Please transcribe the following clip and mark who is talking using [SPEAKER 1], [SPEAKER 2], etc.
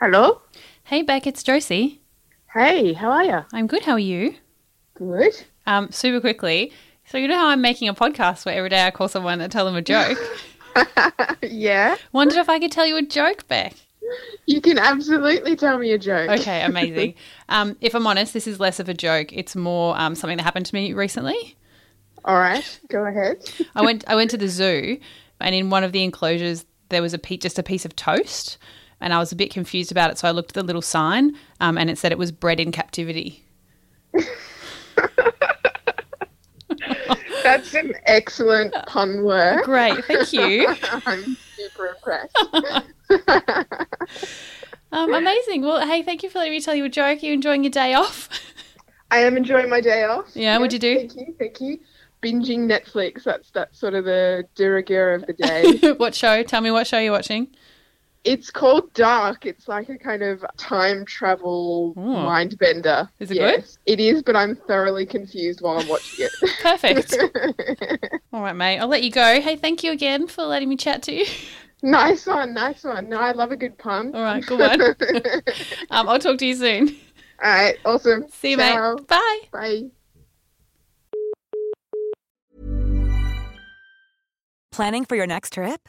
[SPEAKER 1] Hello.
[SPEAKER 2] Hey, Beck, it's Josie.
[SPEAKER 1] Hey, how are you?
[SPEAKER 2] I'm good. How are you?
[SPEAKER 1] Good.
[SPEAKER 2] Um, super quickly. So you know how I'm making a podcast where every day I call someone and tell them a joke.
[SPEAKER 1] yeah.
[SPEAKER 2] Wondered if I could tell you a joke, Beck.
[SPEAKER 1] You can absolutely tell me a joke.
[SPEAKER 2] Okay, amazing. um, if I'm honest, this is less of a joke. It's more um, something that happened to me recently.
[SPEAKER 1] All right. Go ahead.
[SPEAKER 2] I went I went to the zoo, and in one of the enclosures there was a pe- just a piece of toast, and I was a bit confused about it. So I looked at the little sign, um, and it said it was bred in captivity.
[SPEAKER 1] That's an excellent pun work.
[SPEAKER 2] Great, thank you.
[SPEAKER 1] I'm super impressed.
[SPEAKER 2] Um, amazing. Well, hey, thank you for letting me tell you a joke. Are you enjoying your day off?
[SPEAKER 1] I am enjoying my day off.
[SPEAKER 2] Yeah, what'd you do?
[SPEAKER 1] Thank you. Thank you. Binging Netflix. That's that's sort of the de rigueur of the day.
[SPEAKER 2] what show? Tell me what show you're watching.
[SPEAKER 1] it's called Dark. It's like a kind of time travel
[SPEAKER 2] Ooh.
[SPEAKER 1] mind bender.
[SPEAKER 2] Hmm. Is it
[SPEAKER 1] good? It is, but I'm thoroughly confused while I'm watching it.
[SPEAKER 2] Perfect. All right, mate. I'll let you go. Hey, thank you again for letting me chat to you.
[SPEAKER 1] Nice one, nice one. No, I love a good pun.
[SPEAKER 2] All right, good one. um, I'll talk to you soon.
[SPEAKER 1] All right, awesome.
[SPEAKER 2] See you,
[SPEAKER 1] Ciao.
[SPEAKER 2] mate. Bye.
[SPEAKER 1] Bye.
[SPEAKER 3] Planning for your next trip?